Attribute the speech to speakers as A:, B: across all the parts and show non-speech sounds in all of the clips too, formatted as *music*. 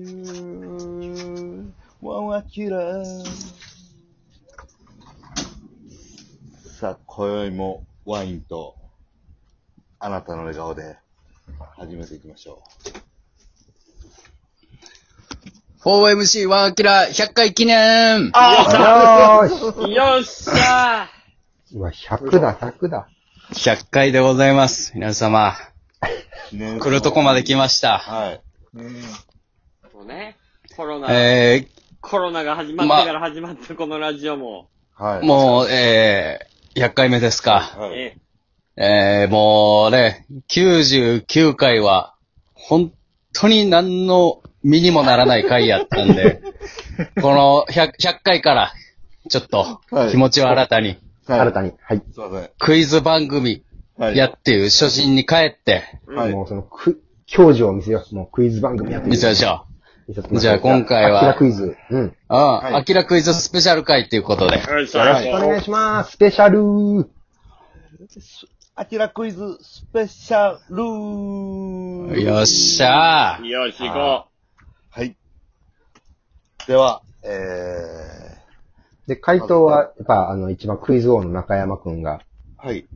A: 4MC、ワンアキラさあ、今宵もワインと、あなたの笑顔で、始めていきましょ
B: 4MC ワンアキラ100回記念
C: あ
D: よっしゃ
C: うわ、100だ、100だ。
B: !100 回でございます。皆様、
A: う。記念
B: 来るとこまで来ました。
A: はい。
D: ーもうね、コロナ、
B: え
D: コロナが始まってから始まったこのラジオも、
A: はい。
B: ー、もう、えー、100回目ですか。
A: はい。
D: え
B: えー、もうね、99回は、本当に何の身にもならない回やったん *laughs* で、この 100, 100回から、ちょっと
A: はい、
B: 気持ちを新たに、
A: はい
C: 新たに。はい。
A: すいませ
B: クイズ番組
A: ん。は
B: やっていう初心に帰って、
A: はい
C: もうその、ク、教授を見せよう。もうクイズ番組やって
B: 見せましょう。
C: 見せてもらいましょう
B: じゃあ今回は
C: アキラクイズ。うん。
B: あ
A: い
B: あ、アキラクイズスペシャル会っていうことで。
D: よっし
A: よろ
D: ゃ
A: し
C: お願いします。スペシャルー。
A: アキラクイズスペシャル
B: よっしゃー。
D: よし、行こ
A: はい。では、え
C: で、回答は、やっぱ、あの、一番クイズ王の中山くんが、
A: ー、はい。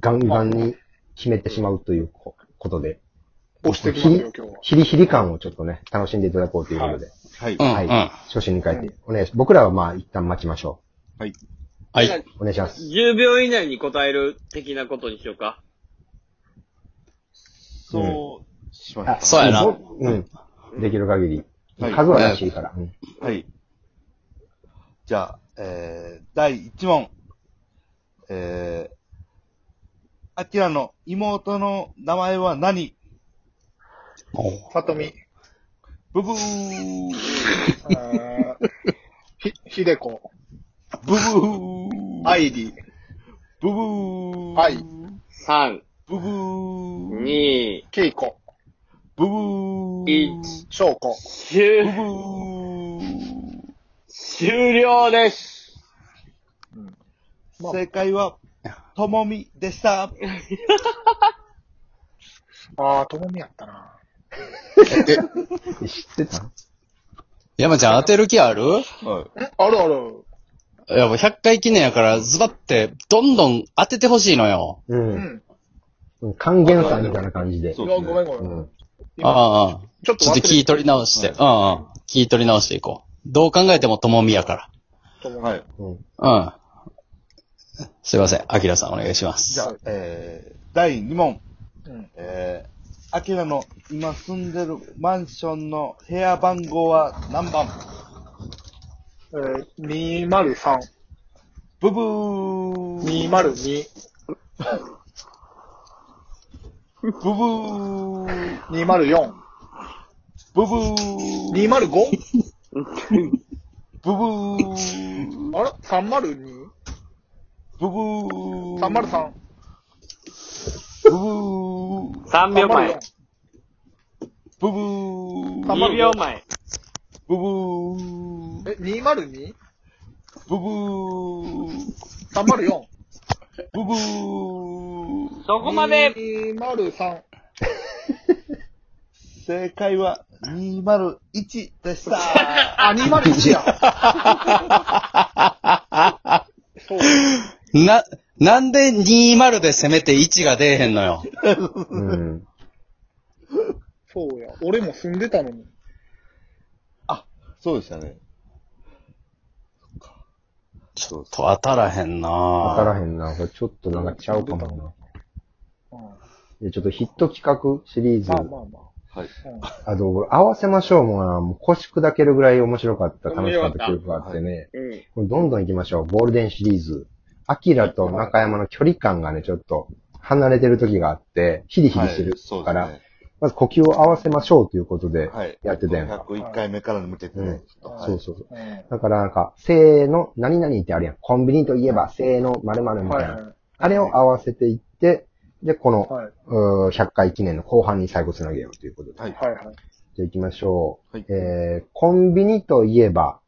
C: ガンガンに決めてしまうというこことで、
A: 押して
C: ヒリ、ヒリヒリ感をちょっとね、楽しんでいただこうということで、
A: はい。
B: うん、
C: は
B: う
C: い
B: ん。は
C: 初心に書いて、お願いします。僕らはまあ、一旦待ちましょ
A: はい。
B: い。
D: う。
C: う。お願いします。
D: 10秒以内に答える的なことにしようか。
A: そうしま
C: あ
A: す。
B: そうやな
C: うん。できる限り。
A: はい
C: 数はなしいから。うん
A: はい。じゃあ、えー、第1問。えー、アキラの妹の名前は何
E: さとみ、
A: ブブー
E: あーひ、ひでこ、
A: ブブー
E: アイリー、
A: ブブー
E: はい
D: 3、
A: ブブー
D: 2、
E: ケイコ、
A: ブブー
D: 1、
E: ショウ
A: ブ
E: コ。
A: ブー
D: 終終了です。
A: 正解は、ともみでした。
E: あー、ともみやったな。
C: 知ってた
B: 山ちゃん当てる気ある
A: はい。
E: んあるある。
B: いや、もう100回記念やから、ズバって、どんどん当ててほしいのよ。
C: う。
E: うんん。
C: 還元祭みたいな感じで。
A: そうう
E: わ
A: ですね
E: ごめんご
C: う
E: めん。
C: ん。
B: ああ、
E: ちょっと
B: ちょっと
E: 忘
B: 聞い
E: れ
B: 取り直して、うんうん。聞い取り直していこう。どう考えてもともみやか
E: ともみ。
A: はい。
C: うん。
B: ら。うん。すいません。アキラさんお願いしま
A: じ
B: す
A: ゃ。あ、えー、第2問。
E: うん。
A: えー、アキラの今住んでるマンションの部屋番号は何番
E: えー、203、
A: ブブー
E: 202、
A: ブブー
E: 204、
A: ブブー
E: 205?
A: ブブー
E: あら ?302?
A: ブブー
E: 303?
A: ブブー
D: 3秒前、
A: ブブー
E: 304
D: 2秒前、
A: ブブー
E: え、202?
A: ブブー
E: 304?
A: ブブー
D: そこまで、
E: 203。
A: 正解は201でした。
E: あ、201や。そう。
B: な、なんで20で攻めて1が出えへんのよ。
C: うん。
E: そうや。俺も住んでたのに。
A: そうでしたね。
B: ちょっと当たらへんな
C: 当た
B: ぁ。
C: らへんな。これちょっとなんかちゃうかもな。
E: うん。
C: で、ちょっとヒット企画シリーズ。
E: まあ
C: あ
E: まあま
A: はい。
E: あ。
C: と、俺合わせましょうもんな。もう腰砕けるぐらい面白かった、楽しかった記憶があってね。
D: うん、 *laughs*
C: これどんどん行きましょう。ゴールデンシリーズ。アキラと中山の距離感がね、ちょっと離れてる時があって、ヒリヒリしてる
A: そう
C: か
A: です
C: ら、
A: ね。
C: まず呼吸を合わせましょうということで、
A: はい。
C: やってたやんか
A: 101回目から向けて
C: うん
A: ね。ちょっとはい
C: そうそうそう。
E: うん。うん。
C: だからなんか、せーの、何々ってあるやん。コンビニといえば、せーの、〇〇みたい
E: は
C: な。
E: いは
C: あれを合わせていって、で、こ
E: い。
C: の、
E: はい。
C: うー100回記念の後半に最後つなげようということで。
A: はい。
E: はいはい。
C: じゃあ行きましょう。
A: はい
C: えー、コンビニといえば、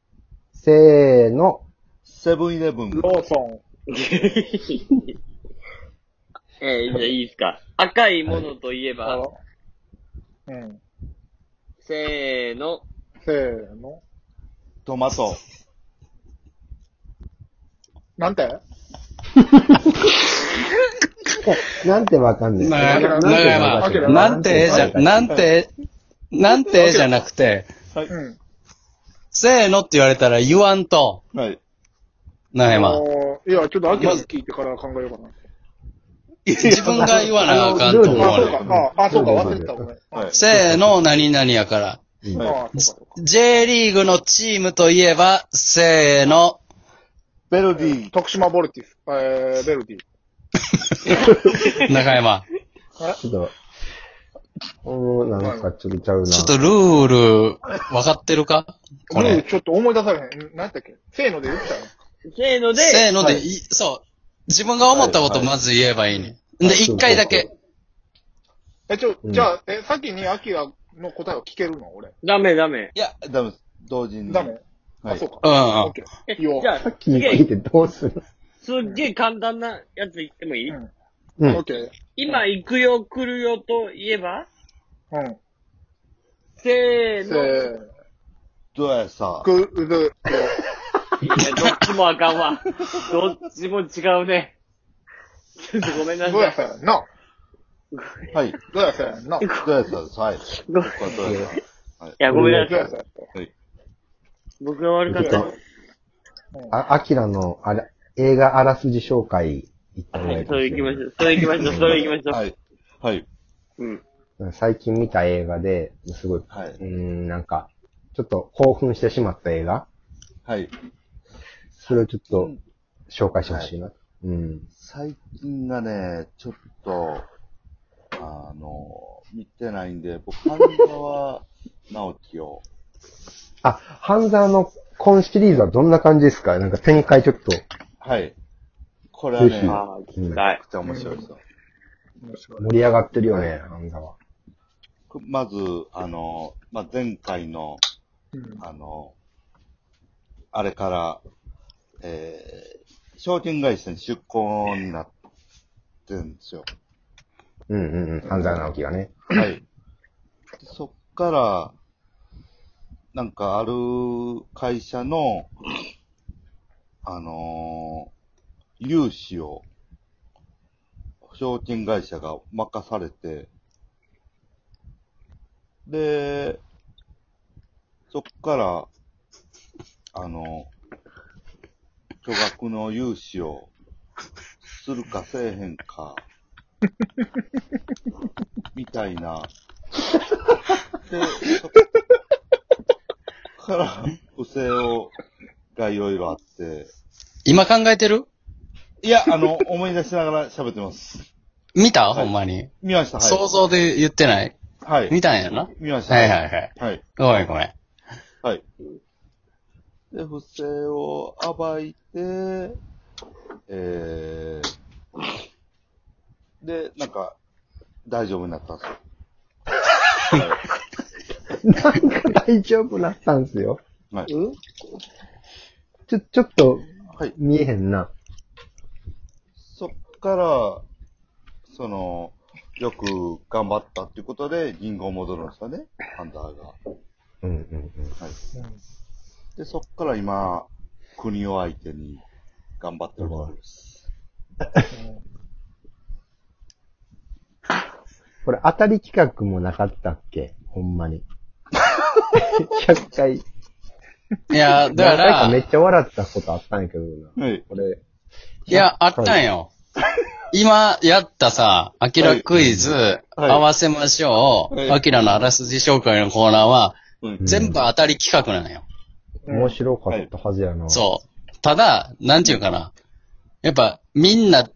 C: せーの、 *laughs*
A: セブンイレブン、
E: ローソン、
D: えー、じゃあいいですか。赤いものといえば、
E: うん。
D: せーの、
E: せーの。
A: トマト。
E: なんて
C: なんてわかんねえ。
B: 長
E: 長
B: 山、
E: 山
B: 長山なんてええじゃ、なんてえ、なんてええじゃなくて、
A: はい。
E: うん。
B: せーのって言われたら言わんと、
A: はい。
B: 長
E: あ
B: 山。
E: のーいや、ちょっとアキラに聞いてから考えようかな。
B: 自分が言わなあかんと思
C: ま
E: あ、
B: わ
E: そ
B: れ
A: *laughs*
E: う
B: る。
E: か。あ、あそうか。忘れてた。ごめん。
A: はい。
B: せーの、何々やから。
C: うん
E: ああ、そうか。
B: J リーグのチームといえば、せーの、
A: ベルディ、
E: 徳島ボルティス。えー、ベルディ。
B: 中山。
C: ちょっと、この、なんかちょっとちゃうな。
B: ちょっとルール、分かってるかこ
E: ルー
B: れ。
E: ちょっと思い出されへん。何やったっけせーので言ってたよ。
D: せーので、
B: せーの
A: は
B: で、
A: い
B: いそう。自分が思ったことまず言えばいいね。で、一回だけ。
E: え、ちょ、
C: うん
E: じゃあ、え、先にアキラの答えを聞けるの俺。
D: ダメダメ。
B: いや、
A: ダメです。同時に。
E: ダメ。
A: は
E: あ、そう
A: い。
E: か。
B: うん
E: オ
B: う
E: ッ
B: ん。
E: ケ
D: え、
E: ー。いいよ
D: じ。ゃあ、
C: さっ
D: す
C: き
D: げ
C: 聞い
D: え、
C: てどうする
D: すっげえ簡単なやつ言ってもいい、
E: うん
C: う
E: オッ
C: ん。
E: ケー。
D: 今行くよ来るよといえば、
E: うん。
D: せー
E: せ
D: の。え
E: ー
A: どうやさ、
E: く、うず、
D: どっちもあかん *laughs* わ。どっちも違うね。ちょっとごめんな
E: どう
D: さ
E: や
D: い。
E: さやんな。
A: はい。ど
E: どうやさやんな。ど
A: うやさです。はい。こ
D: ごめんい
A: れはどうやさ。
D: や、ごめんな
E: う
D: さ
E: や
D: い。
E: さやっ
D: 僕が悪かったよ。
C: あ、アキラの、あれ、映画あらすじ紹介、行った方が
D: はい
C: い
D: い、
C: か
D: そ
C: も
D: れ行き
C: しれな
D: ま
C: い
D: しょう。それ行きましょう。それ行きましょう。
A: はい。はい。
D: うん。
C: 最近見た映画で、すごい、
A: は
C: う
A: い
C: ーん、なんか、ちょっと興奮してしまった映画
A: はい。
C: それをちょっと、紹介してほしいな。うん。
A: 最近がね、ちょっと、あの、見てないんで、僕、半沢直樹を。
C: あ、ハンザーの今シリーズはどんな感じですかなんか展開ちょっと、
A: はい。これはね、
C: ぜひ
A: め
D: ああ、聞きたい。
A: ちゃ面白いですよ。
C: 盛り上がってるよね、ハンザーは。
A: まず、あの、まあ、前回の、
E: た。
A: あの、あれから、えー、証券会社に出向になってるんですよ。
C: うんうんうん、ハンザー直樹がね。
A: はい。でそっから、なんかある会社の、あのー融資を、証券会社が任されて、で、そっから、あの、巨額の融資をするかせえへんか、みたい *laughs* な。で、そこから、不正を、がいろいろあって。
B: 今考えてる
A: いや、あの、思い出しながら喋ってます。
B: 見た
A: はい
B: ほんまに。
A: 見ました、はい。
B: 想像で言ってない
A: はい。
B: 見たんやな
A: 見ました。
B: はいはいはい。
A: はい。
B: ごめんごめん。
A: はい。で、不正を暴いて、えー、で、なんか、大丈夫になったんですよ。
C: *laughs* なんか大丈夫なったんすよ。
A: はい。
C: ちょ、ちょっと、
A: はい。
C: 見えへんな。
A: そっから、その、よく頑張ったっていうことで、銀行戻るんですよね、ハンターが。
C: うんうんうん。
A: で、そっから今、国を相手に頑張ってるわけです。
C: これ当たり企画もなかったっけほんま *laughs* に。100回。
B: いや、だか
C: 何回め
B: ら、
C: っちゃ笑ったことあったんやけどな。
A: はい。
C: これ、
B: いや、あったんよ。今やったさ、アキラクイズ、
A: はい
B: 合わせましょ。
A: はいう
B: アキラのあらすじ紹介のコーナーは、
A: うん
B: 全部当たり企画なのよ。
C: 面白かったはずやな。
B: そう。ただ、なんていうかな。やっぱ、みんな、100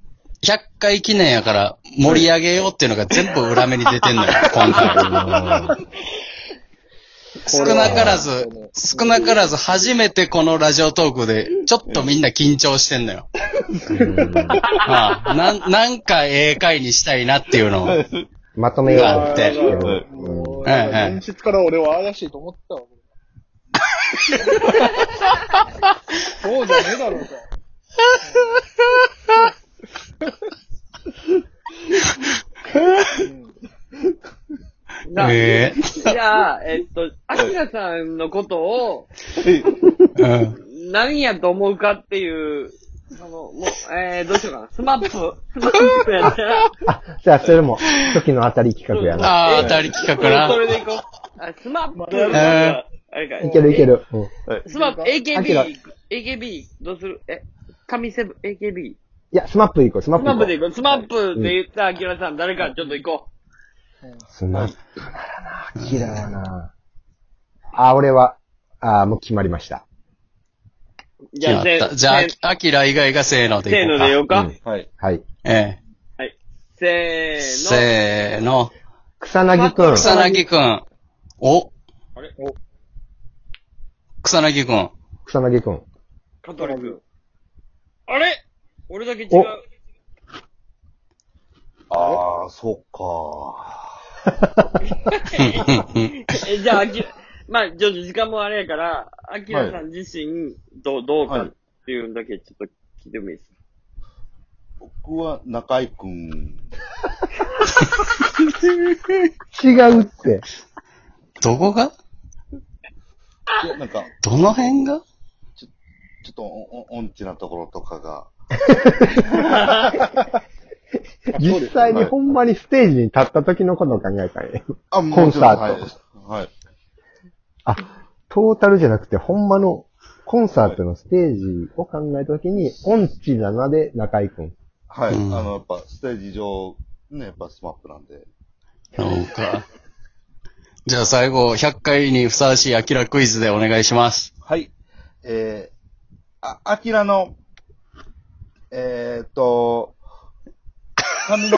B: 回記念やから盛り上げようっていうのが全部裏目に出
A: *laughs*
B: てんのよ、今回。
C: うん。
B: 少なからず、少なからず初めてこのラジオトークで、ちょっとみんな緊張してん
A: *laughs*
B: のよ。ああなん、なんかええ回にしたいなってい
A: *laughs*
B: うのを。
C: まとめがあって。
A: はい
E: もう、
B: はいはい
E: 前日から俺は怪しいと思ってたわ。そうじゃねえだろうか。
D: な
B: ええ
D: じゃあ、えっと、アキラさんのことを
B: うん。
D: 何やと思うかっていう、あの、もう、えー、どうしようかな。スマップ、スマップやったら、
C: じゃあ、それも、時の当たり企画やな。
B: ああ、当たり企画
D: そ
B: な。
D: れでいこう。あ、スマップ、
B: だ
D: あれか
C: いけるいける。うん。い
D: スマップ、
C: アキラ
D: AKB、AKB、どうするえ、神セブン、AKB。
C: や、スマップ行こう、スマッ
D: ス
C: プ行
D: マッ
C: こ
D: プ
C: う
D: で。行こう。スマップで言ったアキラさん、誰かちょっと行こ
C: スマップならな、アキラやな。あ、俺は、あ、もう決まりました。
D: う。じゃあ、せ
B: やったじゃあ、アキラ以外がせーので
D: せ
B: い
D: ー
B: こう
D: の
B: か。
D: でようか
C: うん。
A: はい。
C: はい。
B: え
D: せ
B: え。せー
D: ーの。
B: の。
C: 草薙くん。
B: 草薙くん。お
D: あれ
B: 草薙くん。 *laughs*
C: 草薙くん。
D: カトリ君。あれ俺だけ違う。
C: お
A: ああ、そうか。
D: え、じゃあ、アキラ、まあ、ちょっと時間もあれやから、アキラさん自身、どう、どうかっていうのだけちょっと聞いてもいいですか
A: 僕は中井くん。
C: 違うって。
B: どこが
A: いやなんか、
B: どの辺が
A: ちょっとお、お、おんちなところとかが。
C: 実際にほんまにステージに立った時のことを考えたんや。
A: あ、
C: コンサート
A: もちろんはい。はい。
C: あ、トータルじゃなくて、ほんまのコンサートのステージを考えたときに、オンチ7で中井くん。
A: はい。
B: うん
A: あの、やっぱ、ステージ上、ね、やっぱスマップなんで。
B: そうか。じゃあ最後、100回にふさわしいアキラクイズでお願いします。
A: はい。えー、あ、アキラの、えーっと、髪の